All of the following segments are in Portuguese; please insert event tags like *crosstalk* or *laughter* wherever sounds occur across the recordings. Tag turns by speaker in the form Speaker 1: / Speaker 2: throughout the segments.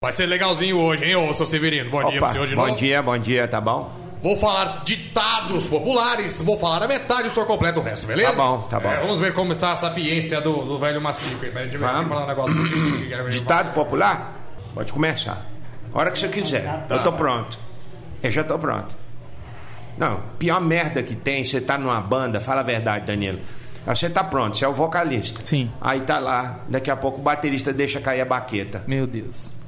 Speaker 1: Vai ser legalzinho hoje, hein, ô seu Severino? Bom dia pra
Speaker 2: Opa,
Speaker 1: você hoje
Speaker 2: bom
Speaker 1: não.
Speaker 2: dia, bom dia, tá bom?
Speaker 1: Vou falar ditados populares, vou falar a metade, o senhor completa o resto, beleza?
Speaker 2: Tá bom, tá bom.
Speaker 1: É, vamos ver como está a sapiência do, do velho macico. aí. Peraí, deixa eu ver, deixa eu
Speaker 2: Vamos. Tá.
Speaker 1: falar um negócio. aqui que eu quero ver.
Speaker 2: Ditado popular? Pode começar. A hora que você quiser.
Speaker 1: Tá.
Speaker 2: Eu tô pronto. Eu já tô pronto. Não, pior merda que tem, você tá numa banda, fala a verdade, Danilo. Aí Você tá pronto, você é o vocalista.
Speaker 3: Sim.
Speaker 2: Aí tá lá, daqui a pouco o baterista deixa cair a baqueta.
Speaker 3: Meu Deus.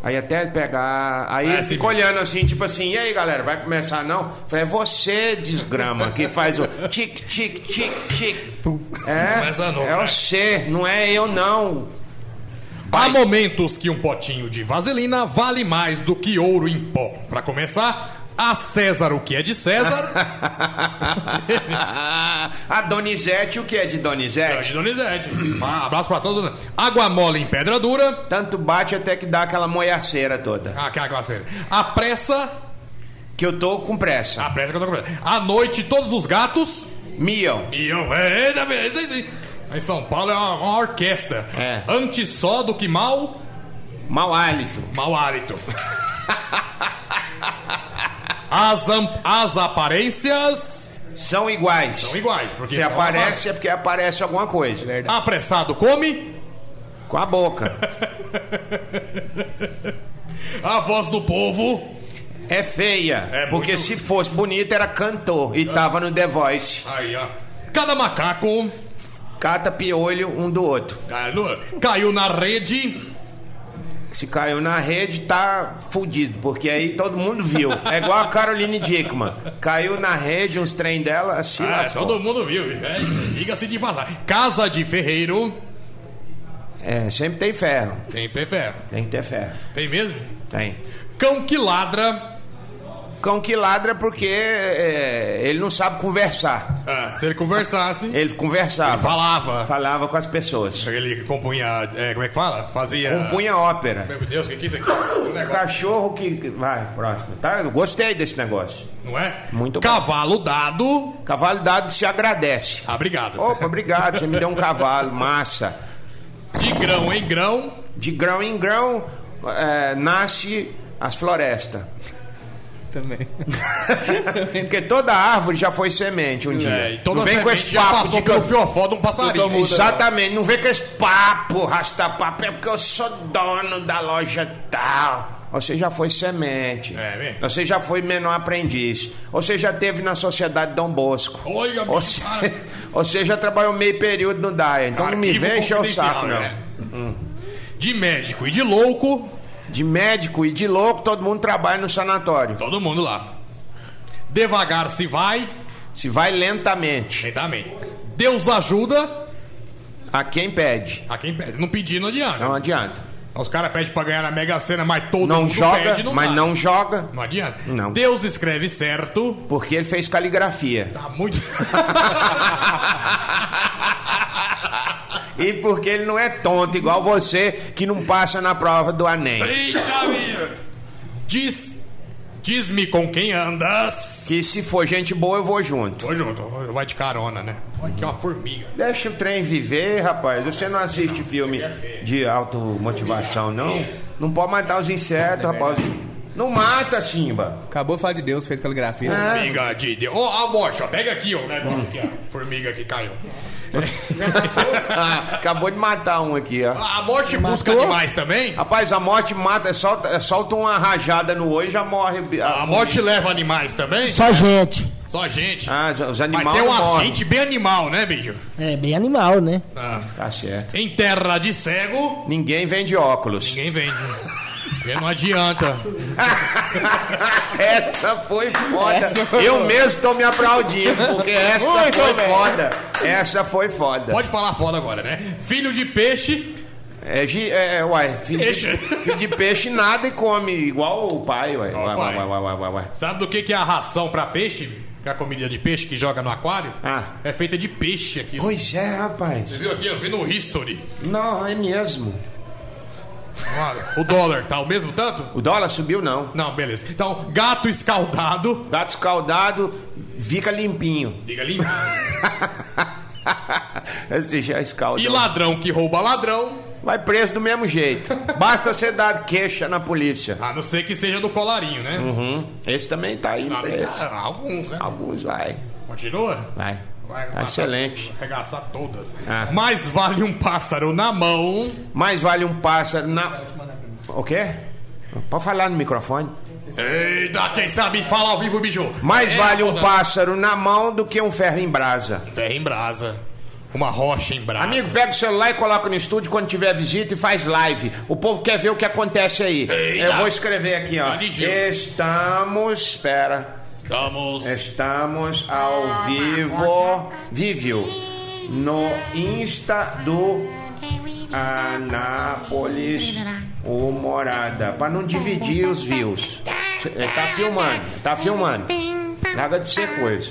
Speaker 2: Aí até ele pegar. Aí
Speaker 1: É
Speaker 2: ele
Speaker 1: assim
Speaker 2: fica
Speaker 1: mesmo.
Speaker 2: olhando assim, tipo assim, e aí galera, vai começar não? Falei, é você, desgrama, que faz o tic, tic, tic, tic.
Speaker 1: Começa novo,
Speaker 2: É, é
Speaker 1: né?
Speaker 2: você, não é eu não.
Speaker 1: Há momentos que um potinho de vaselina vale mais do que ouro em pó. Pra começar, a César o que é de
Speaker 2: *laughs*
Speaker 1: César?
Speaker 2: a Donizete, o que é de
Speaker 1: é
Speaker 2: Donizete?
Speaker 1: de Donizete. Ah, abraço pra todos. Água mole em pedra dura.
Speaker 2: Tanto bate até que dá aquela moiaceira toda.
Speaker 1: Ah, que água séria. A pressa.
Speaker 2: Que eu tô com pressa.
Speaker 1: A pressa que eu tô com pressa. À noite, todos os gatos.
Speaker 2: Miam.
Speaker 1: E eu, é, eita, é, isso aí, sim. Em São Paulo é uma, uma orquestra.
Speaker 2: É.
Speaker 1: Antes só do que mal,
Speaker 2: Mau hálito.
Speaker 1: mau *laughs* hálito. As, am- as aparências
Speaker 2: São iguais.
Speaker 1: são iguais, porque
Speaker 2: Se
Speaker 1: são
Speaker 2: aparece é porque aparece alguma coisa.
Speaker 1: uma- Apressado come,
Speaker 2: Com
Speaker 1: *laughs*
Speaker 2: a boca.
Speaker 1: a voz do povo.
Speaker 2: É feia.
Speaker 1: É
Speaker 2: porque
Speaker 1: muito-
Speaker 2: se fosse bonita era cantor e tava no The Voice.
Speaker 1: Aí, ó. Cada macaco
Speaker 2: Cata piolho um do outro.
Speaker 1: ah, não, caiu na rede.
Speaker 2: Se caiu na rede, tá fudido, porque aí todo mundo viu. É igual a Caroline Dickman. Caiu na rede uns trem dela, assim.
Speaker 1: Ah,
Speaker 2: lascou.
Speaker 1: todo mundo viu, bicho, é, diga-se de passar. Casa de ferreiro.
Speaker 2: É, sempre tem ferro.
Speaker 1: Tem pé ferro.
Speaker 2: Tem que ter ferro.
Speaker 1: Tem mesmo?
Speaker 2: Tem.
Speaker 1: Cão que ladra.
Speaker 2: Cão que ladra porque é, ele não sabe conversar.
Speaker 1: Ah, se ele conversasse,
Speaker 2: Ele conversava.
Speaker 1: falava.
Speaker 2: Falava com as pessoas.
Speaker 1: Ele compunha. é, como é que fala? Fazia.
Speaker 2: Compunha ópera.
Speaker 1: Meu Deus, o que, que é isso aqui? Um negócio,
Speaker 2: Cachorro que. Vai, próximo. Tá? Eu gostei desse negócio.
Speaker 1: não é?
Speaker 2: Muito bom.
Speaker 1: Cavalo dado.
Speaker 2: Cavalo dado se agradece.
Speaker 1: Ah, obrigado.
Speaker 2: Opa, obrigado, você me deu um cavalo, massa. Oh.
Speaker 1: De grão em grão.
Speaker 2: De grão em grão é, nasce as florestas.
Speaker 3: Também.
Speaker 2: Porque toda árvore já foi semente um dia.
Speaker 1: É, e toda
Speaker 2: não vem com
Speaker 1: semente
Speaker 2: esse
Speaker 1: já
Speaker 2: papo
Speaker 1: passou
Speaker 2: de
Speaker 1: pelo
Speaker 2: que eu-
Speaker 1: fiofó de um passarinho.
Speaker 3: mundo-
Speaker 2: Exatamente, não vem com esse papo, rastapapo, é porque eu sou dono da loja tal. Você já foi semente.
Speaker 1: É mesmo?
Speaker 2: Você já foi menor aprendiz. Você já teve na sociedade Dom Bosco.
Speaker 1: Olha,
Speaker 2: Você, *laughs* você já trabalhou meio período no DAE. Então não me
Speaker 1: Arquivo
Speaker 2: vem encher o
Speaker 1: confidencial,
Speaker 2: saco, não. Hum.
Speaker 1: né? De médico e de louco.
Speaker 2: De médico e de louco, todo mundo trabalha no sanatório.
Speaker 1: Todo mundo lá. Devagar se vai.
Speaker 2: Se vai lentamente.
Speaker 1: Quem também. Deus ajuda
Speaker 2: A quem pede.
Speaker 1: a quem pede. Não pedir, não adianta.
Speaker 2: Não adianta.
Speaker 1: Os caras pedem pra ganhar na Mega Sena, mas todo
Speaker 2: Não
Speaker 1: mundo
Speaker 2: joga,
Speaker 1: pede,
Speaker 2: mas
Speaker 1: dá.
Speaker 2: não joga,
Speaker 1: Não adianta.
Speaker 2: Não.
Speaker 1: Deus escreve certo.
Speaker 2: porque ele fez caligrafia.
Speaker 1: Tá muito. *laughs*
Speaker 2: E porque ele não é tonto, igual você, que não passa na prova do Enem.
Speaker 1: Eita, minha! Diz. Diz-me com quem andas.
Speaker 2: Que se for gente boa, eu vou junto.
Speaker 1: Tô junto, vai de carona, né? Olha que é uma formiga.
Speaker 2: Deixa o trem viver, rapaz. Você não assiste filme de automotivação, não? Não pode matar os insetos, rapaz. Não mata, Simba.
Speaker 3: *laughs* Acabou de falar de Deus, fez caligrafia.
Speaker 1: Ah.
Speaker 2: É.
Speaker 1: Formiga de Deus. Ô, a morte, ó. Pega aqui, ó. o negócio aqui, ó. Formiga que caiu.
Speaker 2: Ah, Acabou de matar um aqui, ó.
Speaker 1: A morte busca animais também?
Speaker 2: Rapaz, a morte mata, solta, solta uma rajada no olho e já morre.
Speaker 1: A morte leva animais também?
Speaker 4: Só gente.
Speaker 1: Só gente.
Speaker 2: Ah, os
Speaker 1: Mas
Speaker 2: animais
Speaker 1: tem um
Speaker 2: não
Speaker 1: uma
Speaker 2: morrem.
Speaker 1: gente bem animal, né, bicho?
Speaker 4: É bem animal, né?
Speaker 1: Ah.
Speaker 2: Tá certo.
Speaker 1: Em terra de cego,
Speaker 2: Ninguém vende óculos.
Speaker 1: ninguém vende.
Speaker 2: *laughs*
Speaker 1: Porque não adianta.
Speaker 2: *laughs* Essa foi foda.
Speaker 3: Essa foi
Speaker 2: Eu
Speaker 3: boa.
Speaker 2: mesmo tô me aplaudindo, porque essa
Speaker 3: Muito
Speaker 2: foi
Speaker 3: bem.
Speaker 2: foda. Essa foi foda.
Speaker 1: Pode falar foda agora, né? Filho de peixe.
Speaker 2: É, gi- é, é, uai, filho
Speaker 1: Peixe.
Speaker 2: de, *laughs* filho de peixe nada e come, igual o pai, uai.
Speaker 1: Igual o
Speaker 2: Uai,
Speaker 1: pai.
Speaker 2: uai, uai, uai, uai, uai.
Speaker 1: Sabe do que, que é a ração pra peixe? Que é a comida de peixe que joga no aquário?
Speaker 2: Ah.
Speaker 1: É feita de peixe aqui. Você
Speaker 2: Pois é, rapaz.
Speaker 1: viu aqui? Eu vi no History.
Speaker 2: Não, é mesmo.
Speaker 1: O dólar tá o mesmo tanto?
Speaker 2: O dólar subiu, não.
Speaker 1: Não, beleza. Então, gato escaldado.
Speaker 2: Gato escaldado, fica limpinho. *laughs*
Speaker 1: Liga *laughs* limpo.
Speaker 2: Esse já escalda.
Speaker 1: E ladrão que rouba ladrão.
Speaker 2: Vai preso do mesmo jeito. Basta você dar queixa na polícia.
Speaker 1: A não ser que seja do colarinho, né?
Speaker 2: Uhum. Esse também tá aí
Speaker 1: Ah,
Speaker 2: preso.
Speaker 1: ah, Alguns, né?
Speaker 2: Alguns vai.
Speaker 1: Continua?
Speaker 2: Vai.
Speaker 1: Vai
Speaker 2: Tá
Speaker 1: matar-
Speaker 2: excelente.
Speaker 1: Arregaçar todas.
Speaker 2: Ah.
Speaker 1: Mais vale um pássaro na mão.
Speaker 2: Mais vale um pássaro na. O quê? Pode falar no microfone.
Speaker 1: Eita, quem sabe fala ao vivo, bicho.
Speaker 2: Mais
Speaker 1: É,
Speaker 2: vale um
Speaker 1: toda-
Speaker 2: pássaro na mão do que um ferro em brasa.
Speaker 1: Ferro em brasa. Uma rocha em brasa.
Speaker 2: Amigo, pega o celular e coloca no estúdio quando tiver visita e faz live. O povo quer ver o que acontece aí.
Speaker 1: Eita.
Speaker 2: Eu vou escrever aqui, ó.
Speaker 1: Religião.
Speaker 2: Estamos. Espera.
Speaker 1: Estamos.
Speaker 2: É, Estamos ao vivo. Vívio. No Insta do Anápolis Humorada. Pra não dividir os views. É, Tá filmando, tá filmando. Nada de ser coisa.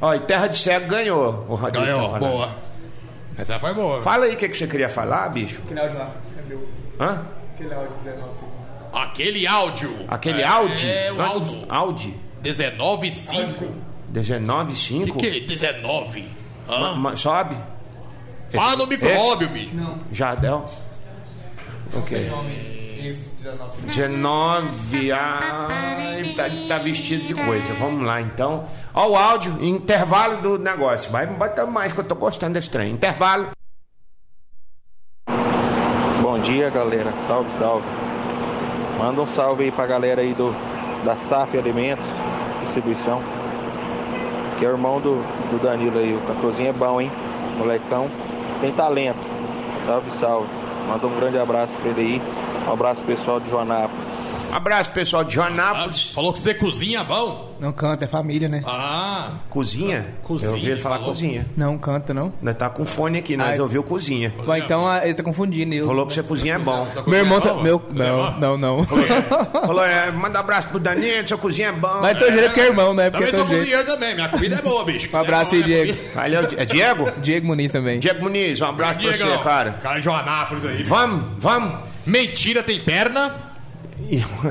Speaker 2: Ó, e Terra de Cego ganhou. O Rodrigo tá
Speaker 1: Ganhou,
Speaker 2: falando.
Speaker 1: boa. Essa foi boa.
Speaker 2: Fala aí o que, que você queria falar, bicho.
Speaker 3: Aquele áudio lá. É meu.
Speaker 2: Hã?
Speaker 3: Aquele áudio 19 segundos.
Speaker 1: Aquele áudio.
Speaker 2: Aquele Ah.
Speaker 1: É,
Speaker 2: Audi?
Speaker 1: É, o
Speaker 2: Hã?
Speaker 1: áudio.
Speaker 2: Audi?
Speaker 1: 19,5.
Speaker 2: 19,5?
Speaker 1: Que é 19?
Speaker 2: Ma-
Speaker 1: Hã?
Speaker 2: ma- Sobe.
Speaker 1: Fala no micróbio, bicho.
Speaker 3: Não,
Speaker 2: Jardel.
Speaker 3: sem
Speaker 2: Ok.
Speaker 3: nome. Isso, 19 segundos.
Speaker 2: 19. Ai, tá, tá vestido de coisa. Vamos lá, então. Ó, o áudio, intervalo do negócio. Vai botar mais, que eu tô gostando desse trem. Intervalo.
Speaker 4: Bom dia, galera. Salve, salve. Manda um salve aí pra galera aí do da SAF Alimentos, distribuição. Que é o irmão do, do Danilo aí. O Catozinho é bom, hein? Molecão tem talento. Salve, salve. Manda um grande abraço pra ele aí. Um abraço pro pessoal de Joanápolis.
Speaker 2: Abraço, pessoal de
Speaker 1: Ah,
Speaker 2: Joanápolis.
Speaker 1: Falou que você cozinha bom?
Speaker 3: Não canta, é família, né?
Speaker 1: Ah,
Speaker 2: Cozinha?
Speaker 1: Cozinha,
Speaker 2: Eu ouvi ele falar
Speaker 1: falou.
Speaker 2: cozinha.
Speaker 3: Não canta, não.
Speaker 2: Nós tá com fone aqui, nós
Speaker 3: Ai.
Speaker 2: ouviu cozinha.
Speaker 3: Bom, então ah, ele tá confundindo. Eu...
Speaker 2: Falou que você cozinha é bom.
Speaker 3: Meu irmão tá. Meu...
Speaker 1: Cozinha é
Speaker 3: Não,
Speaker 1: bom?
Speaker 3: não, não.
Speaker 2: Falou, é, manda abraço pro Danilo, seu cozinha é bom.
Speaker 3: *laughs* Mas teu jeito é porque é irmão, né? Porque é
Speaker 1: Também sou
Speaker 3: teu jeito.
Speaker 1: cozinheiro também, minha comida é boa, bicho.
Speaker 3: *laughs* Um abraço
Speaker 1: É
Speaker 3: aí,
Speaker 1: boa, minha
Speaker 3: Diego.
Speaker 1: comida- é
Speaker 2: Valeu, Di- é Diego?
Speaker 3: Diego Muniz também.
Speaker 2: Diego Muniz, um abraço pra
Speaker 1: Diego,
Speaker 2: você, cara.
Speaker 1: Cara de Joanápolis aí.
Speaker 2: Vamos, vamos.
Speaker 1: Mentira tem perna?
Speaker 2: *laughs*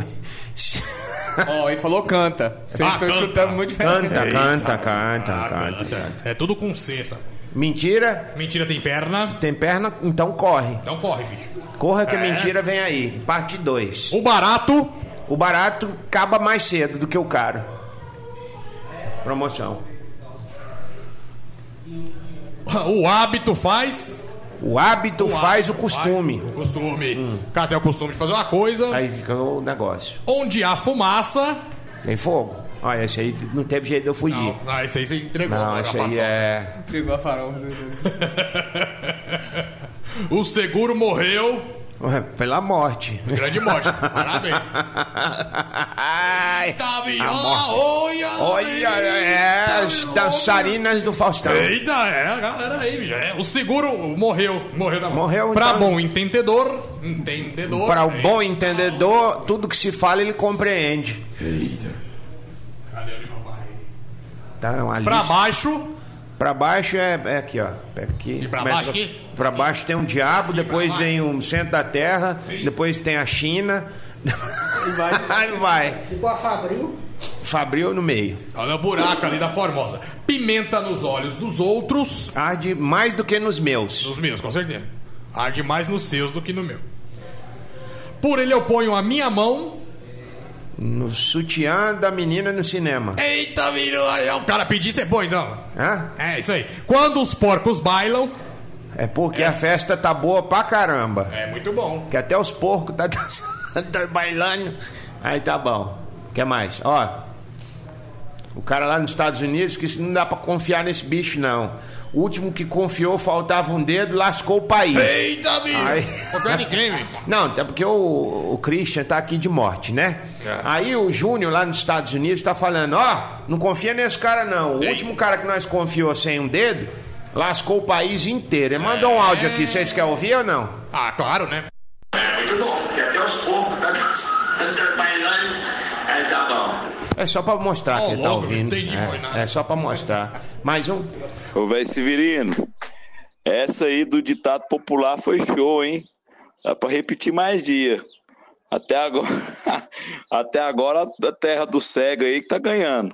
Speaker 3: Ó, ele falou canta. Vocês
Speaker 1: Ah,
Speaker 3: estão
Speaker 1: canta.
Speaker 3: escutando muito diferente.
Speaker 2: Canta, canta, canta,
Speaker 1: Ah,
Speaker 2: canta.
Speaker 1: canta. É tudo com C, sabe?
Speaker 2: Mentira,
Speaker 1: Mentira tem perna?
Speaker 2: tem perna, então corre.
Speaker 1: Então corre, bicho.
Speaker 2: Corra que a
Speaker 1: É.
Speaker 2: mentira vem aí. Parte 2.
Speaker 1: O barato *laughs*
Speaker 2: O barato acaba mais cedo do que o caro. Promoção.
Speaker 1: O hábito faz.
Speaker 2: O hábito
Speaker 1: O
Speaker 2: faz
Speaker 1: hábito
Speaker 2: o costume.
Speaker 1: faz o costume. O cara tem o costume de fazer uma coisa.
Speaker 2: Aí fica o negócio.
Speaker 1: Onde há fumaça.
Speaker 2: Tem fogo. Olha, esse aí não teve jeito de eu fugir.
Speaker 1: Não, não, esse aí você entregou.
Speaker 2: Não,
Speaker 1: agora,
Speaker 2: esse aí
Speaker 1: passou.
Speaker 2: é.
Speaker 3: Pegou a farol.
Speaker 1: *laughs* O seguro morreu.
Speaker 2: Ué, Pela morte. *laughs*
Speaker 1: Grande morte. Parabéns.
Speaker 2: Ai,
Speaker 1: Tá,
Speaker 2: a morte.
Speaker 1: olha.
Speaker 2: Olha, é,
Speaker 1: eita,
Speaker 2: as dançarinas do Faustão.
Speaker 1: Eita, é a galera aí, bicho. É, o seguro morreu. Morreu da mão.
Speaker 2: Morreu,
Speaker 1: Pra
Speaker 2: então.
Speaker 1: bom entendedor. Entendedor. é.
Speaker 2: Para o um bom entendedor, tudo que se fala ele compreende.
Speaker 1: Cadê o meu pai?
Speaker 2: Tá, é uma
Speaker 1: Pra
Speaker 2: lista.
Speaker 1: baixo.
Speaker 2: Pra baixo é, é aqui, ó. Pega aqui.
Speaker 1: E pra
Speaker 2: Começa-
Speaker 1: baixo aqui?
Speaker 2: Pra baixo tem um diabo, depois
Speaker 1: pra
Speaker 2: vem um centro da terra, depois tem a China. *laughs* Aí vai.
Speaker 5: Igual a Fabril,
Speaker 2: Fabril no meio.
Speaker 1: Olha o Tá buraco ali da Formosa. Pimenta nos olhos dos outros.
Speaker 2: Arde mais do que nos meus.
Speaker 1: Nos meus, com certeza. Arde mais nos seus do que no meu. Por ele eu ponho a minha mão.
Speaker 2: No sutiã da menina no cinema.
Speaker 1: Eita, virou. aí, ó, O cara pedir, você põe, então.
Speaker 2: Hã?
Speaker 1: É isso aí. Quando os porcos bailam.
Speaker 2: É porque a festa tá boa pra caramba.
Speaker 1: É muito bom.
Speaker 2: Que até os porcos tá, *laughs* dançando, tá bailando. Aí tá bom. que mais? Ó. O cara lá nos Estados Unidos que isso não dá pra confiar nesse bicho, não. O último que confiou faltava um dedo, lascou o país.
Speaker 1: Eita,
Speaker 2: Ai.
Speaker 1: bicho. Confia ninguém, velho.
Speaker 2: Não, até porque o, o Christian tá aqui de morte, né? Aí o Júnior lá nos Estados Unidos tá falando, ó, não confia nesse cara não. O último cara que nós confiou sem um dedo, lascou o país inteiro. Ele mandou um áudio aqui, vocês querem ouvir ou não?
Speaker 1: Ah, claro, né?
Speaker 6: Muito bom, e até os poucos tá dançando, bailando, aí tá bom.
Speaker 2: É só pra mostrar
Speaker 1: Ó,
Speaker 2: que ele tá
Speaker 1: logo,
Speaker 2: ouvindo.
Speaker 1: não entendi, foi nada.
Speaker 2: É, é só pra mostrar. Mais um.
Speaker 7: Ô, velho Severino, essa aí do ditado popular foi show, hein? Dá pra repetir mais dia. Até agora, *laughs* até agora a terra do cego aí que tá ganhando.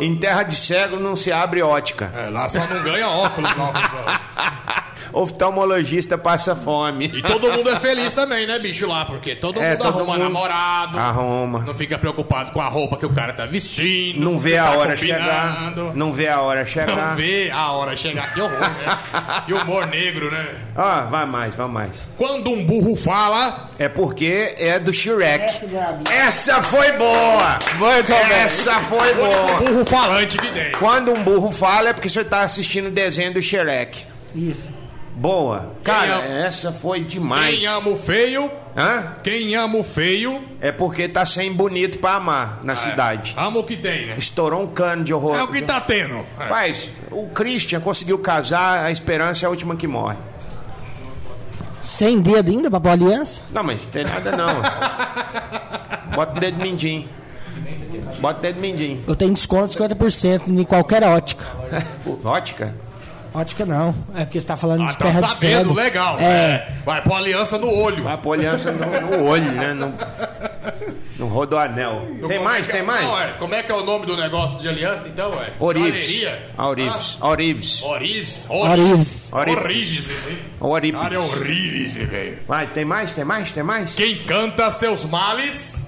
Speaker 2: Em terra de cego não se abre ótica.
Speaker 1: É, lá só não ganha óculos, óculos ó.
Speaker 2: oftalmologista passa fome.
Speaker 1: E todo mundo é feliz também, né, bicho, lá? Porque todo
Speaker 2: É,
Speaker 1: mundo
Speaker 2: todo
Speaker 1: arruma
Speaker 2: mundo Ah.
Speaker 1: namorado.
Speaker 2: Arruma.
Speaker 1: Não fica preocupado com a roupa que o cara tá vestindo.
Speaker 2: Não vê
Speaker 1: que
Speaker 2: a
Speaker 1: tá
Speaker 2: hora chegar.
Speaker 1: combinando.
Speaker 2: Não vê a hora
Speaker 1: Não
Speaker 2: chegar.
Speaker 1: vê a hora chegar. Que horror, né? Que humor negro, né?
Speaker 2: Ah, vai mais, vai mais.
Speaker 1: Quando um burro fala,
Speaker 2: É porque é do Shrek. Essa foi boa!
Speaker 3: Muito
Speaker 2: Essa foi
Speaker 1: o
Speaker 2: boa!
Speaker 1: burro falante que tem.
Speaker 2: Quando um burro fala é porque você tá assistindo o desenho do Shrek.
Speaker 8: Isso.
Speaker 2: Boa. Cara,
Speaker 1: Quem
Speaker 2: essa foi demais.
Speaker 1: Quem ama o feio,
Speaker 2: Hã?
Speaker 1: quem ama o feio,
Speaker 2: É porque tá sem bonito pra amar na cidade.
Speaker 1: ama o que tem, né?
Speaker 2: Estourou um cano de horror.
Speaker 1: Ah, É o que tá tendo. É.
Speaker 2: Rapaz, o Christian conseguiu casar, a esperança é a última que morre.
Speaker 8: Sem dedo ainda pra pôr aliança?
Speaker 2: Não, mas tem nada
Speaker 1: *laughs*
Speaker 2: não. Bota o dedo mindinho. Bota o dedo mindinho.
Speaker 8: Eu tenho desconto de 50% em qualquer ótica.
Speaker 2: Pô, Ótica?
Speaker 8: Ótica não. É porque você tá falando
Speaker 1: Ah,
Speaker 8: de
Speaker 1: tá
Speaker 8: terra de
Speaker 1: sabendo,
Speaker 8: cego.
Speaker 1: legal.
Speaker 8: É.
Speaker 1: É. Vai pôr aliança no olho.
Speaker 2: Vai pôr aliança no, no olho, né? No, no rodoanel. Tem
Speaker 1: Como
Speaker 2: mais,
Speaker 1: é que é-
Speaker 2: tem mais?
Speaker 1: Não, é. Como é que é o nome do negócio de aliança, então, ué?
Speaker 2: Orives.
Speaker 1: Joalheria?
Speaker 2: Aurives. Aurives.
Speaker 1: Ah, Orives.
Speaker 8: Orives.
Speaker 2: Orives.
Speaker 1: Orives, isso aí.
Speaker 2: Aurives.
Speaker 1: Cara, é horrível esse, velho.
Speaker 2: Vai, tem mais, tem mais, tem mais?
Speaker 1: Quem canta seus males,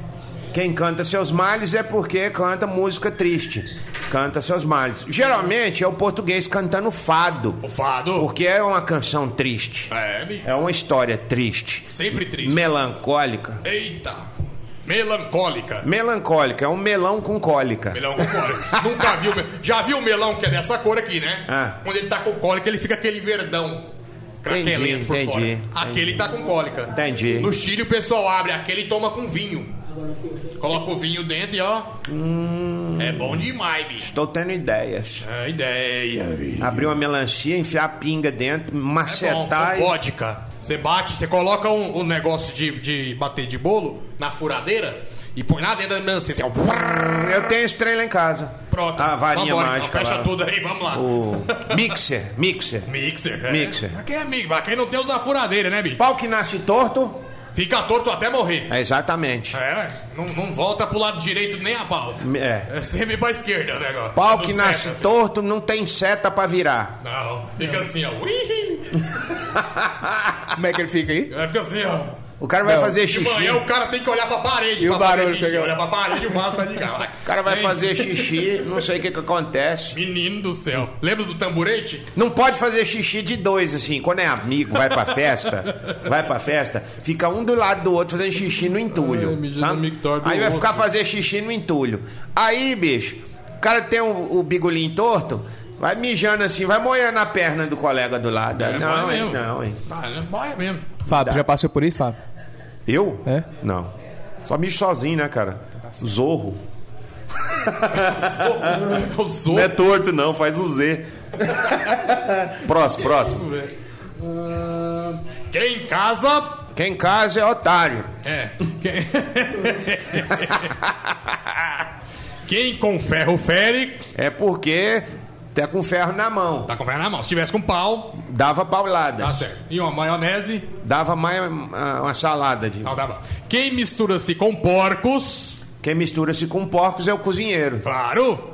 Speaker 2: Quem canta seus males é porque canta música triste. Canta seus males. Geralmente é o português cantando fado,
Speaker 1: o fado.
Speaker 2: porque é uma canção triste.
Speaker 1: É, bicho.
Speaker 2: É uma história triste,
Speaker 1: Sempre triste.
Speaker 2: melancólica.
Speaker 1: Eita. Melancólica.
Speaker 2: Melancólica, é um melão com cólica.
Speaker 1: Melão com
Speaker 2: *laughs*
Speaker 1: cólica. Nunca viu. me- Já viu o melão que é dessa cor aqui, né?
Speaker 2: Ah.
Speaker 1: Quando ele tá com cólica, ele fica aquele verdão. Craquelento por
Speaker 2: entendi,
Speaker 1: fora.
Speaker 2: entendi.
Speaker 1: Aquele tá com cólica.
Speaker 2: Entendi.
Speaker 1: No Chile o pessoal abre aquele e toma com vinho. Coloca o vinho dentro e ó.
Speaker 2: Hum.
Speaker 1: É bom demais, bicho.
Speaker 2: Estou tendo ideias.
Speaker 1: É ideia, bicho.
Speaker 2: Abrir uma melancia, enfiar a pinga dentro,
Speaker 1: É bom,
Speaker 2: macetar
Speaker 1: com vodka. Você bate, você coloca um, um negócio de, de bater de bolo na furadeira e põe lá dentro da melancia. Assim, ó.
Speaker 2: e... Eu tenho estrela em casa.
Speaker 1: Pronto.
Speaker 2: Ah, A varinha
Speaker 1: Vambora, então.
Speaker 2: mágica.
Speaker 1: Fecha
Speaker 2: lá.
Speaker 1: tudo aí, vamos lá.
Speaker 2: O mixer, mixer.
Speaker 1: Mixer. É.
Speaker 2: Mixer.
Speaker 1: Pra quem é amigo, pra quem não tem usa a furadeira, né, bicho?
Speaker 2: Pau que nasce torto?
Speaker 1: Fica torto até morrer.
Speaker 2: É exatamente.
Speaker 1: É, né? não, não volta pro lado direito nem a pau.
Speaker 2: É.
Speaker 1: É sempre pra esquerda o negócio.
Speaker 2: Pau
Speaker 1: Do
Speaker 2: que
Speaker 1: certo,
Speaker 2: nasce
Speaker 1: assim.
Speaker 2: torto não tem seta pra virar.
Speaker 1: Não, fica assim, ó. Ui!
Speaker 3: Como é que ele fica aí?
Speaker 1: Aí Fica assim, ó.
Speaker 2: O cara vai
Speaker 3: Não.
Speaker 2: fazer
Speaker 1: De
Speaker 2: xixi.
Speaker 1: manhã o cara tem que olhar pra parede.
Speaker 3: E
Speaker 1: pra
Speaker 3: o
Speaker 1: fazer
Speaker 3: barulho
Speaker 1: xixi.
Speaker 3: que eu-
Speaker 1: Olhar pra parede, o vaso tá de cara.
Speaker 2: é O cara vai fazer xixi, não sei o que que acontece.
Speaker 1: Menino do céu. Lembra do tamburete?
Speaker 2: Não pode fazer xixi de dois, assim. Quando é amigo, vai pra festa, vai pra festa, fica um do lado do outro fazendo xixi no entulho. sabe? Aí vai ficar fazer xixi no entulho. Aí, bicho, o cara tem o, o bigolinho torto, vai mijando assim, vai moiando a perna do colega do lado.
Speaker 1: moia
Speaker 2: não, hein,
Speaker 1: É, mesmo.
Speaker 2: não, hein.
Speaker 1: Ah, né? Vai mesmo.
Speaker 3: Fábio, já passou por isso, Fábio?
Speaker 2: Eu?
Speaker 3: É?
Speaker 2: Não. Só mijo sozinho, né, cara? Zorro.
Speaker 1: O Zorro.
Speaker 2: Não é torto, não, faz o Z. *laughs* próximo, próximo.
Speaker 1: Quem casa...
Speaker 2: Quem casa é otário.
Speaker 1: É. Quem... *laughs* Quem com ferro fere...
Speaker 2: É porque tá com ferro na mão.
Speaker 1: Tá com ferro na mão. Se tivesse com pau,
Speaker 2: Dava
Speaker 1: tá
Speaker 2: pauladas.
Speaker 1: certo. E uma maionese...
Speaker 2: Dava mais ah, uma salada. De...
Speaker 1: Não, tá bom. Quem mistura-se com porcos...
Speaker 2: Quem mistura-se com porcos é o cozinheiro.
Speaker 1: Claro!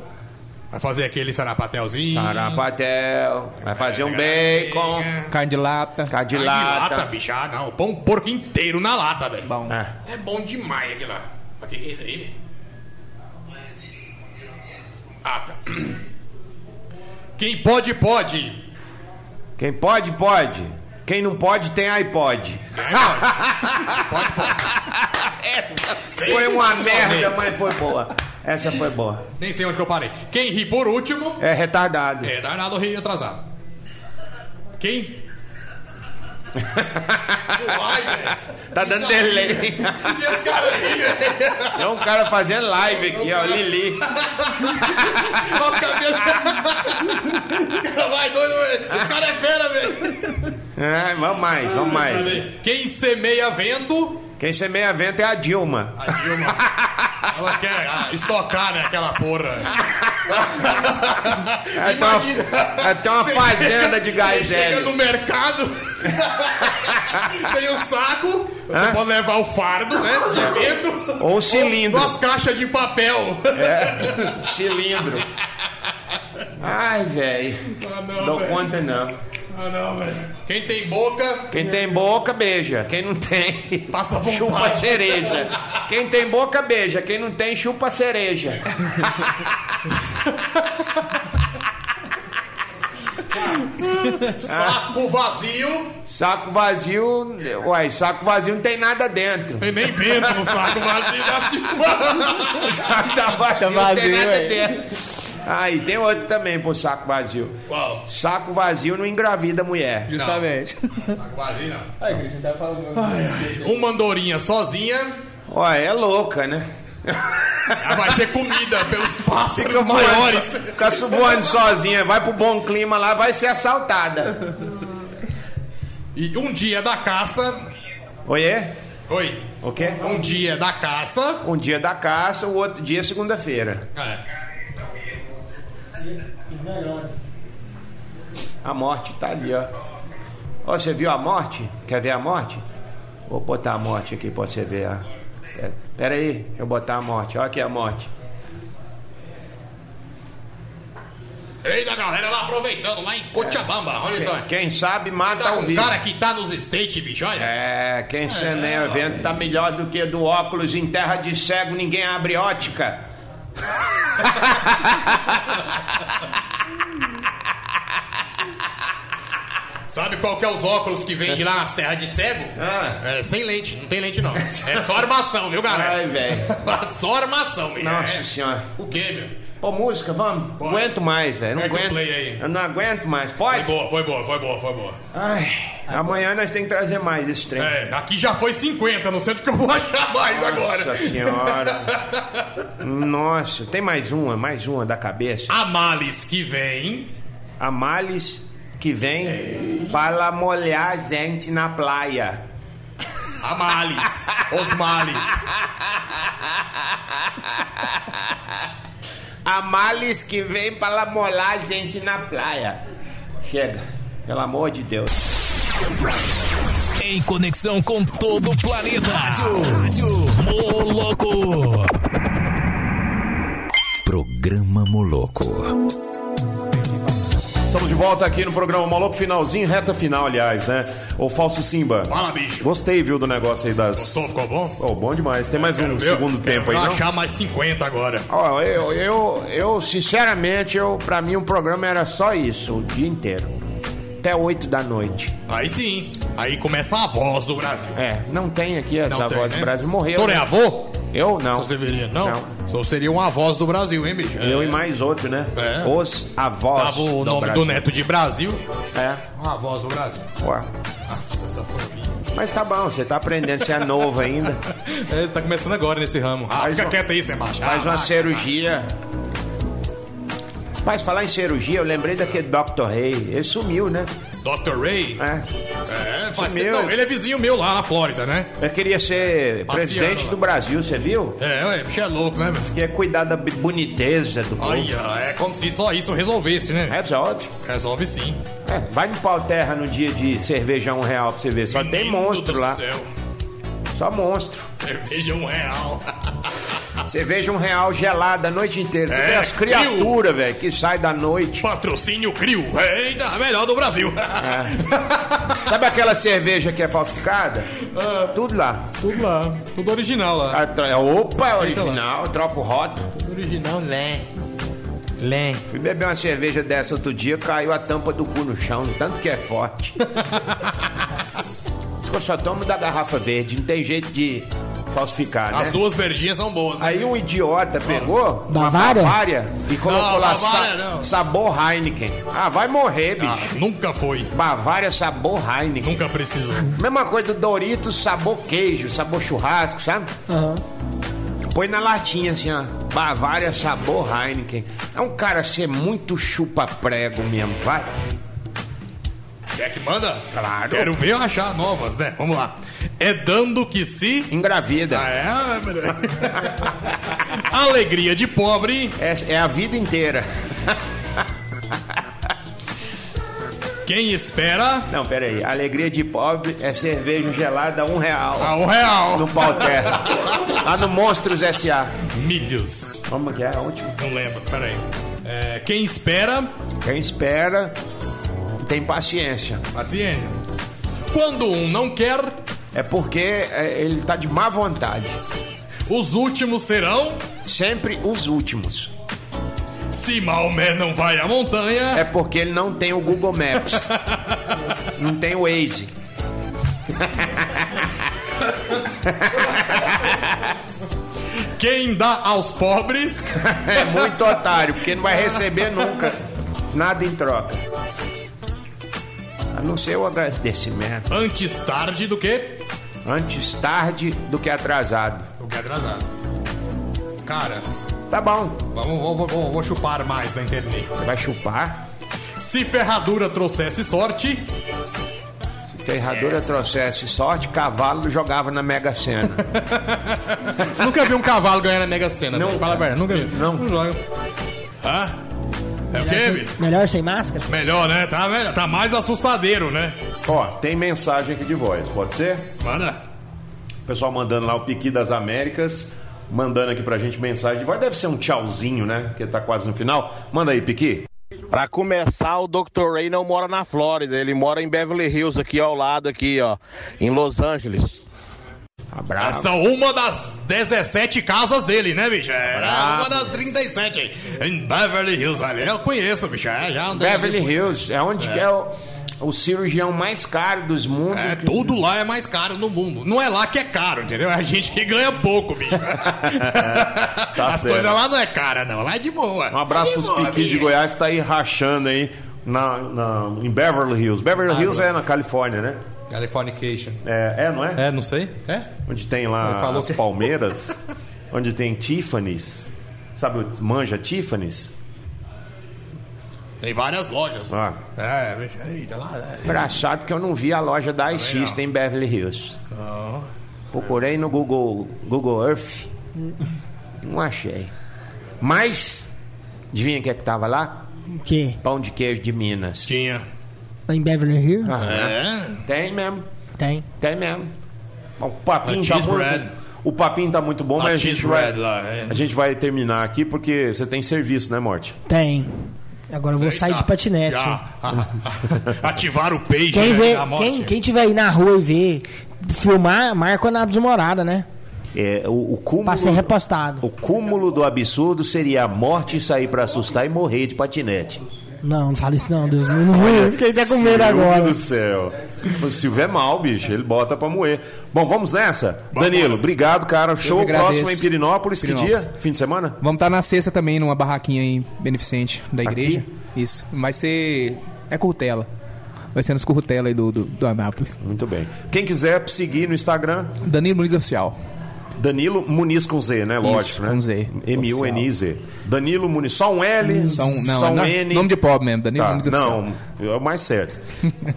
Speaker 1: Vai fazer aquele sarapatelzinho...
Speaker 2: Sarapatel, vai fazer um bacon,
Speaker 3: Carne de lata.
Speaker 2: carne de
Speaker 1: Ai, de lata,
Speaker 2: lata.
Speaker 1: bicho. Ah, não. Põe um porco inteiro na lata, velho.
Speaker 3: Bom.
Speaker 2: É.
Speaker 1: É bom demais aquilo lá. Mas que que é isso aí, velho? Ah, tá. *clears throat* Quem pode, pode.
Speaker 2: Quem pode, pode. Quem não pode, tem iPod.
Speaker 1: Ah,
Speaker 2: Foi uma merda, mas foi boa. Essa foi boa.
Speaker 1: Nem sei onde que eu parei. Quem ri por último...
Speaker 2: É retardado.
Speaker 1: É, danado ri atrasado. Quem... Uai, velho.
Speaker 2: Tá dando delay.
Speaker 1: *laughs* Esse cara aí, velho.
Speaker 2: É um cara fazendo live aqui, ó, Lili.
Speaker 1: Olha o cabelo. Esse cara vai doido, velho. Esse cara é fera, velho.
Speaker 2: É, vamos mais, vamos
Speaker 1: É
Speaker 2: mais.
Speaker 1: Quem semeia vento...
Speaker 2: Quem semeia vento é a Dilma.
Speaker 1: A Dilma. Ela quer ah, estocar, né? Aquela porra.
Speaker 2: Ela É, tem uma, ela tem uma fazenda de gás
Speaker 1: Chega no
Speaker 2: hélio.
Speaker 1: mercado, *laughs* tem o saco, você pode levar o fardo, né? De vento.
Speaker 2: Ou um cilindro. É.
Speaker 1: Ou duas caixas de papel.
Speaker 2: Cilindro. Ai, velho.
Speaker 1: Ah, não,
Speaker 2: Dou
Speaker 1: Ah, velho.
Speaker 2: conta não.
Speaker 1: Ah, não, velho. Quem tem boca.
Speaker 2: Quem tem boca, beija. Quem não tem,
Speaker 1: Passa vontade.
Speaker 2: *laughs* chupa cereja. Quem tem boca, beija. Quem não tem, chupa cereja. Ah.
Speaker 1: Saco vazio.
Speaker 2: Saco vazio, uai, saco vazio não tem nada dentro. *laughs*
Speaker 1: Tem nem vento no saco vazio. já
Speaker 2: *laughs*
Speaker 1: se-
Speaker 2: Saco tá vazio,
Speaker 3: Tá
Speaker 2: não tem
Speaker 3: vazio,
Speaker 2: nada
Speaker 3: ué.
Speaker 2: dentro. Aí tem outro também pro saco vazio.
Speaker 1: Qual?
Speaker 2: Saco vazio não engravida mulher.
Speaker 3: Justamente.
Speaker 1: Saco vazio, Tá não.
Speaker 3: Ai, Cristian, tá falando.
Speaker 1: Uma andorinha sozinha,
Speaker 2: Uai, é louca, né?
Speaker 1: ela vai ser comida
Speaker 2: *laughs*
Speaker 1: pelos pássaros maiores.
Speaker 2: Maiores. Fica voando sozinha, vai pro bom clima lá, vai ser assaltada.
Speaker 1: E um dia da caça.
Speaker 2: Oiê?
Speaker 1: Oi.
Speaker 2: O quê?
Speaker 1: Um dia da caça.
Speaker 2: Um dia da caça, o outro dia é segunda-feira.
Speaker 1: É.
Speaker 2: A morte tá ali, ó. Ó, você viu a morte? Quer ver a morte? Vou botar a morte aqui pra você ver. ó. Pera- Pera aí, deixa eu botar a morte. Ó aqui a morte.
Speaker 1: Eita, galera, lá aproveitando, lá em Cochabamba. Olha só.
Speaker 2: Quem sabe mata
Speaker 1: Tá
Speaker 2: ao
Speaker 1: com
Speaker 2: vivo.
Speaker 1: cara que tá nos States, bicho, olha.
Speaker 2: É, quem se nem o vento tá melhor do que do óculos em terra de cego, ninguém abre ótica.
Speaker 1: Sabe qual que é os óculos que vende lá nas terras de cego?
Speaker 2: Ah.
Speaker 1: É, sem lente, não tem lente não. É só armação, viu, galera?
Speaker 2: Ai, velho.
Speaker 1: *laughs* só armação, bicho.
Speaker 2: Nossa
Speaker 1: É.
Speaker 2: senhora.
Speaker 1: O quê, meu?
Speaker 2: Ô, música, vamos.
Speaker 1: Bora.
Speaker 2: Aguento mais, velho. Não
Speaker 1: Pega o
Speaker 2: aguento.
Speaker 1: play aí.
Speaker 2: Eu não aguento mais.
Speaker 1: Foi
Speaker 2: Pode?
Speaker 1: boa, foi boa, foi boa, foi boa.
Speaker 2: Ai, amanhã nós temos que trazer mais esse trem.
Speaker 1: É, aqui já foi 50, não sei onde que eu vou achar mais agora.
Speaker 2: Nossa senhora.
Speaker 1: *laughs*
Speaker 2: Nossa, tem mais uma, mais uma da cabeça.
Speaker 1: A males que vem.
Speaker 2: A males que vem para molhar a gente na praia.
Speaker 1: A
Speaker 2: *laughs*
Speaker 1: males. os males.
Speaker 2: A males que vem para molhar a gente na praia. Chega, pelo amor de Deus.
Speaker 9: Em conexão com todo o planeta. Rádio. Rádio. Moloco. Programa Moloco.
Speaker 10: Estamos de volta aqui no programa Maluco Finalzinho, reta final, aliás, né? Ô Falso Simba.
Speaker 1: Fala, bicho.
Speaker 10: Gostei, viu, do negócio aí das.
Speaker 1: Gostou? Ficou bom?
Speaker 10: Oh, bom demais. Tem mais um
Speaker 1: Viu?
Speaker 10: segundo tempo aí,
Speaker 1: Vou
Speaker 10: não?
Speaker 1: achar mais 50 agora.
Speaker 2: Ó, eu, eu, eu, sinceramente, eu, pra mim o programa era só isso, o dia inteiro. Até 8 da noite.
Speaker 1: Aí sim. Aí começa a voz do Brasil.
Speaker 2: É, não tem aqui essa
Speaker 1: Não tem,
Speaker 2: voz
Speaker 1: né?
Speaker 2: do Brasil.
Speaker 1: O
Speaker 2: Morreu.
Speaker 1: senhor é
Speaker 2: né?
Speaker 1: avô?
Speaker 2: Eu não.
Speaker 1: Não seria, não?
Speaker 2: Não.
Speaker 1: Só seria uma voz do Brasil, hein, bicho?
Speaker 2: Eu e mais outro, né?
Speaker 1: É.
Speaker 2: Os avós.
Speaker 1: Tava o
Speaker 2: do
Speaker 1: nome
Speaker 2: Brasil.
Speaker 1: do neto de Brasil.
Speaker 2: É.
Speaker 1: Uma voz do Brasil.
Speaker 2: Ué.
Speaker 1: Nossa, essa foi *laughs*
Speaker 2: Mas tá bom, você tá aprendendo, você é novo ainda.
Speaker 11: Ele tá começando agora nesse ramo.
Speaker 1: Ah,
Speaker 2: Faz
Speaker 1: fica
Speaker 2: uma-
Speaker 1: quieto aí, Sebastião.
Speaker 2: Faz
Speaker 1: Ah,
Speaker 2: uma
Speaker 1: vai.
Speaker 2: cirurgia. Mas falar em cirurgia, eu lembrei daquele Dr. Rei. Ele sumiu, né?
Speaker 1: Dr. Ray.
Speaker 2: É.
Speaker 1: É, faz
Speaker 2: Sumiu.
Speaker 1: tempo. Não, ele é vizinho meu lá na Flórida, né?
Speaker 2: Eu queria ser
Speaker 1: Passeando
Speaker 2: presidente
Speaker 1: lá.
Speaker 2: do Brasil, você viu?
Speaker 1: É, ué, bicho é louco, né, meu?
Speaker 2: Que é cuidar da bi- boniteza do povo. É,
Speaker 1: Olha, é como se só isso resolvesse, né?
Speaker 2: Resolve.
Speaker 1: Resolve sim.
Speaker 2: É, vai no pau terra no dia de cerveja um real pra você ver. Só tem
Speaker 1: Menino
Speaker 2: monstro
Speaker 1: do
Speaker 2: lá.
Speaker 1: Céu.
Speaker 2: Só monstro.
Speaker 1: Cerveja um real. *laughs*
Speaker 2: Cerveja um real gelada a noite inteira. Você
Speaker 1: É,
Speaker 2: vê as criaturas, velho, que sai da noite.
Speaker 1: Patrocínio Crio. Eita, a melhor do Brasil.
Speaker 2: É. *laughs* Sabe aquela cerveja que é falsificada? Tudo lá.
Speaker 11: Tudo lá. Tudo original lá.
Speaker 2: A tro- Opa, é original, troca o rótulo.
Speaker 8: Original, né? Lé.
Speaker 2: Fui beber uma cerveja dessa outro dia, caiu a tampa do cu no chão, tanto que é forte. Diz que eu só tomo da garrafa verde, não tem jeito de falsificar, né?
Speaker 1: As duas verdinhas são boas, né?
Speaker 2: Aí um idiota pegou uma
Speaker 8: Bavária?
Speaker 2: Bavária e colocou
Speaker 1: Não,
Speaker 2: lá
Speaker 1: Bavária
Speaker 2: sa-
Speaker 1: não.
Speaker 2: sabor Heineken. Ah, vai morrer,
Speaker 1: Ah,
Speaker 2: bicho.
Speaker 1: nunca foi.
Speaker 2: Bavária sabor Heineken.
Speaker 1: Nunca precisou.
Speaker 2: Mesma coisa do Doritos sabor queijo, sabor churrasco, sabe? Põe na latinha assim, ó. Bavária sabor Heineken. É um cara ser muito chupa-prego mesmo, vai.
Speaker 1: Quer que manda?
Speaker 2: Claro.
Speaker 1: Quero ver eu achar novas, né? Vamos lá. É dando que se.
Speaker 2: Engravida.
Speaker 1: Ah, é? *laughs* Alegria de pobre.
Speaker 2: É, é a vida inteira.
Speaker 1: Quem espera.
Speaker 2: Não, peraí. Alegria de pobre é cerveja gelada a um real.
Speaker 1: A um real.
Speaker 2: No pau terra. Lá no Monstros S.A.
Speaker 1: Milhos.
Speaker 2: Como que é a última?
Speaker 1: Não lembro, peraí. É, quem espera.
Speaker 2: Quem espera Tem paciência.
Speaker 1: Paciência. Quando um não quer.
Speaker 2: É porque é, ele tá de má vontade.
Speaker 1: Os últimos serão.
Speaker 2: Sempre os últimos.
Speaker 1: Se Maomé não vai à montanha.
Speaker 2: É porque ele não tem o Google
Speaker 12: *laughs*
Speaker 2: Maps. não tem o Waze.
Speaker 1: Quem dá aos pobres. *laughs*
Speaker 2: é muito otário, porque não vai receber nunca nada em troca. A não ser o agradecimento.
Speaker 1: Antes tarde do que?
Speaker 2: Antes tarde do que atrasado.
Speaker 1: Do que atrasado. Cara,
Speaker 2: Tá bom.
Speaker 1: vamos, vou, vou, vou chupar mais na internet.
Speaker 2: Você vai chupar?
Speaker 1: Se ferradura trouxesse sorte,
Speaker 2: Se ferradura trouxesse sorte, cavalo jogava na Mega Sena.
Speaker 5: Você nunca viu um cavalo ganhar na Mega Sena?
Speaker 2: Não.
Speaker 5: velho? Fala a verdade, nunca vi.
Speaker 2: Não.
Speaker 5: joga.
Speaker 1: Hã? É o quê, bicho?
Speaker 8: Melhor sem máscara?
Speaker 1: Melhor, né? Tá, melhor. tá mais assustadeiro, né?
Speaker 12: *laughs* Ó, tem mensagem aqui de voz, pode ser?
Speaker 1: Manda.
Speaker 12: O pessoal mandando lá o Piqui das Américas, mandando aqui pra gente mensagem de voz. Deve ser um tchauzinho, né? Porque tá quase no final. Manda aí, Piqui.
Speaker 13: Pra começar, o Dr. Ray não mora na Flórida, ele mora em Beverly Hills, aqui ao lado, aqui, ó, em Los Angeles.
Speaker 2: Abraço.
Speaker 1: Essa é uma das 17 casas dele, né, bicho? Era uma das 37 aí, em Beverly Hills. Ali eu conheço, bicho. É, já andei
Speaker 2: Beverly
Speaker 1: ali.
Speaker 2: Hills é onde é, o, o cirurgião mais caro dos mundos.
Speaker 1: É, tudo lá é mais caro no mundo. Não é lá que é caro, entendeu? É a gente que ganha pouco,
Speaker 12: *laughs*
Speaker 1: bicho. *laughs* As
Speaker 12: Tá certo.
Speaker 1: coisas lá não é cara, não. Lá é de boa.
Speaker 12: Um abraço
Speaker 1: é de
Speaker 12: pros
Speaker 1: boa,
Speaker 12: Piqui de
Speaker 1: bicho.
Speaker 12: Goiás, tá aí rachando aí na, na- em Beverly Hills. Beverly Hills é na Califórnia, né?
Speaker 5: Californication.
Speaker 12: É, é, não é?
Speaker 5: É, não sei. É?
Speaker 12: Onde tem lá
Speaker 5: Ele falou
Speaker 12: as
Speaker 5: que-
Speaker 1: *laughs*
Speaker 12: palmeiras, onde tem Tiffany's. Sabe, o manja Tiffany's?
Speaker 1: Tem várias lojas.
Speaker 12: Ah.
Speaker 1: É, bicho. Eita, lá. é.
Speaker 2: Engraçado que eu não vi a loja da iSista em Beverly Hills. Procurei no Google, Google Earth. Não achei. Mas, adivinha o que é que tava lá?
Speaker 8: O quê? Tá
Speaker 2: Pão de queijo de Minas.
Speaker 1: Tinha.
Speaker 8: Em Beverly Hills?
Speaker 1: É.
Speaker 2: Tem mesmo,
Speaker 8: Tem.
Speaker 2: tem mesmo.
Speaker 12: O papinho,
Speaker 1: A
Speaker 12: tá
Speaker 1: cheese bread.
Speaker 12: muito, o papinho tá muito bom,
Speaker 1: A
Speaker 12: mas a gente,
Speaker 1: cheese
Speaker 12: vai,
Speaker 1: bread lá, é.
Speaker 12: a gente vai terminar aqui porque você tem serviço, né, Morte?
Speaker 8: Tem. Agora eu vou sair de patinete.
Speaker 1: Já. *laughs* Ativar o peixe.
Speaker 8: Quem,
Speaker 1: né,
Speaker 8: vê,
Speaker 1: da morte.
Speaker 8: quem, quem tiver aí na rua e ver, filmar, marca na desmorada, né?
Speaker 2: É, o, o cúmulo,
Speaker 8: Pra ser repostado.
Speaker 2: o cúmulo do absurdo seria a morte sair pra assustar e morrer de patinete.
Speaker 8: Não, não fala isso não, Deus. Não, não, fiquei até com medo
Speaker 12: Silvio
Speaker 8: agora.
Speaker 12: do céu. O Silvio é mal, bicho. Ele bota pra moer. Bom, vamos nessa? Danilo, obrigado, cara. Show
Speaker 3: que agradeço.
Speaker 12: próximo em Pirinópolis.
Speaker 3: Pirinópolis.
Speaker 12: Que dia? Fim de semana?
Speaker 3: Vamos estar na sexta também, numa barraquinha aí beneficente da
Speaker 12: Aqui?
Speaker 3: igreja. Isso. Vai ser. É curtela. Vai ser nos curtela aí do, do, do Anápolis.
Speaker 12: Muito bem. Quem quiser seguir no Instagram,
Speaker 5: Uhum.
Speaker 3: Danilo Muniz Oficial.
Speaker 12: Danilo Muniz com Z, né? Lógico,
Speaker 3: Isso,
Speaker 12: né?
Speaker 3: com Z.
Speaker 12: M-U-N-I-Z. Danilo Muniz. Só um L,
Speaker 3: São, não,
Speaker 12: só um
Speaker 3: é
Speaker 12: N.
Speaker 3: no- nome de pobre mesmo, Danilo
Speaker 12: Tá,
Speaker 3: Muniz Oficial.
Speaker 12: não, é o mais certo.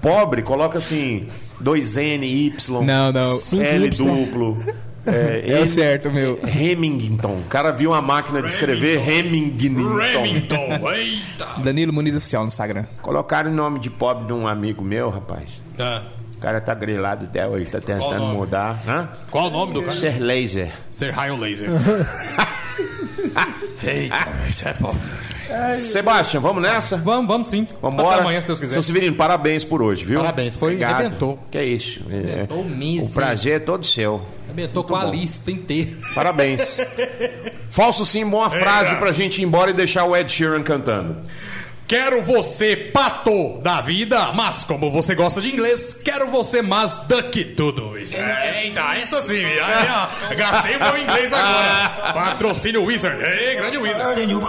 Speaker 12: Pobre, coloca assim: 2N, Y,
Speaker 3: Não, não.
Speaker 8: Cinco
Speaker 12: L
Speaker 8: Y.
Speaker 12: duplo. É,
Speaker 3: né? *laughs* É
Speaker 12: N-
Speaker 3: o certo, meu.
Speaker 12: Remington. O cara viu uma máquina de escrever Remington.
Speaker 1: Remington. Eita.
Speaker 3: Danilo Muniz Oficial no Instagram.
Speaker 2: Colocaram o nome de pobre de um amigo meu, rapaz.
Speaker 1: Tá.
Speaker 2: O cara tá grelado até hoje, tá
Speaker 1: Qual o
Speaker 2: tentando
Speaker 1: nome?
Speaker 2: mudar. Hã?
Speaker 1: Qual o nome do cara?
Speaker 2: Ser laser.
Speaker 1: Ser raio laser. Eita, isso é bom.
Speaker 12: Sebastião, vamos nessa?
Speaker 5: Vamos, vamos sim.
Speaker 12: Vamos
Speaker 5: Até
Speaker 12: embora.
Speaker 5: amanhã, Tá, se Deus quiser.
Speaker 12: Seu Severino, parabéns por hoje, viu?
Speaker 5: Parabéns, foi- arrebentou.
Speaker 2: Que isso? É,
Speaker 5: Arrebentou mesmo.
Speaker 2: o prazer é todo seu.
Speaker 5: Arrebentou com a lista inteira.
Speaker 12: Parabéns.
Speaker 5: *laughs*
Speaker 12: Falso sim, boa frase
Speaker 5: É.
Speaker 12: pra gente ir embora e deixar o Ed Sheeran cantando.
Speaker 1: *laughs* Quero você pato da vida, mas como você gosta de inglês, quero você mais duck tudo. bicho. Eita, essa sim, *laughs* bicho. Aí, ó, gastei meu inglês agora. Patrocínio Wizard. Ei, grande Wizard.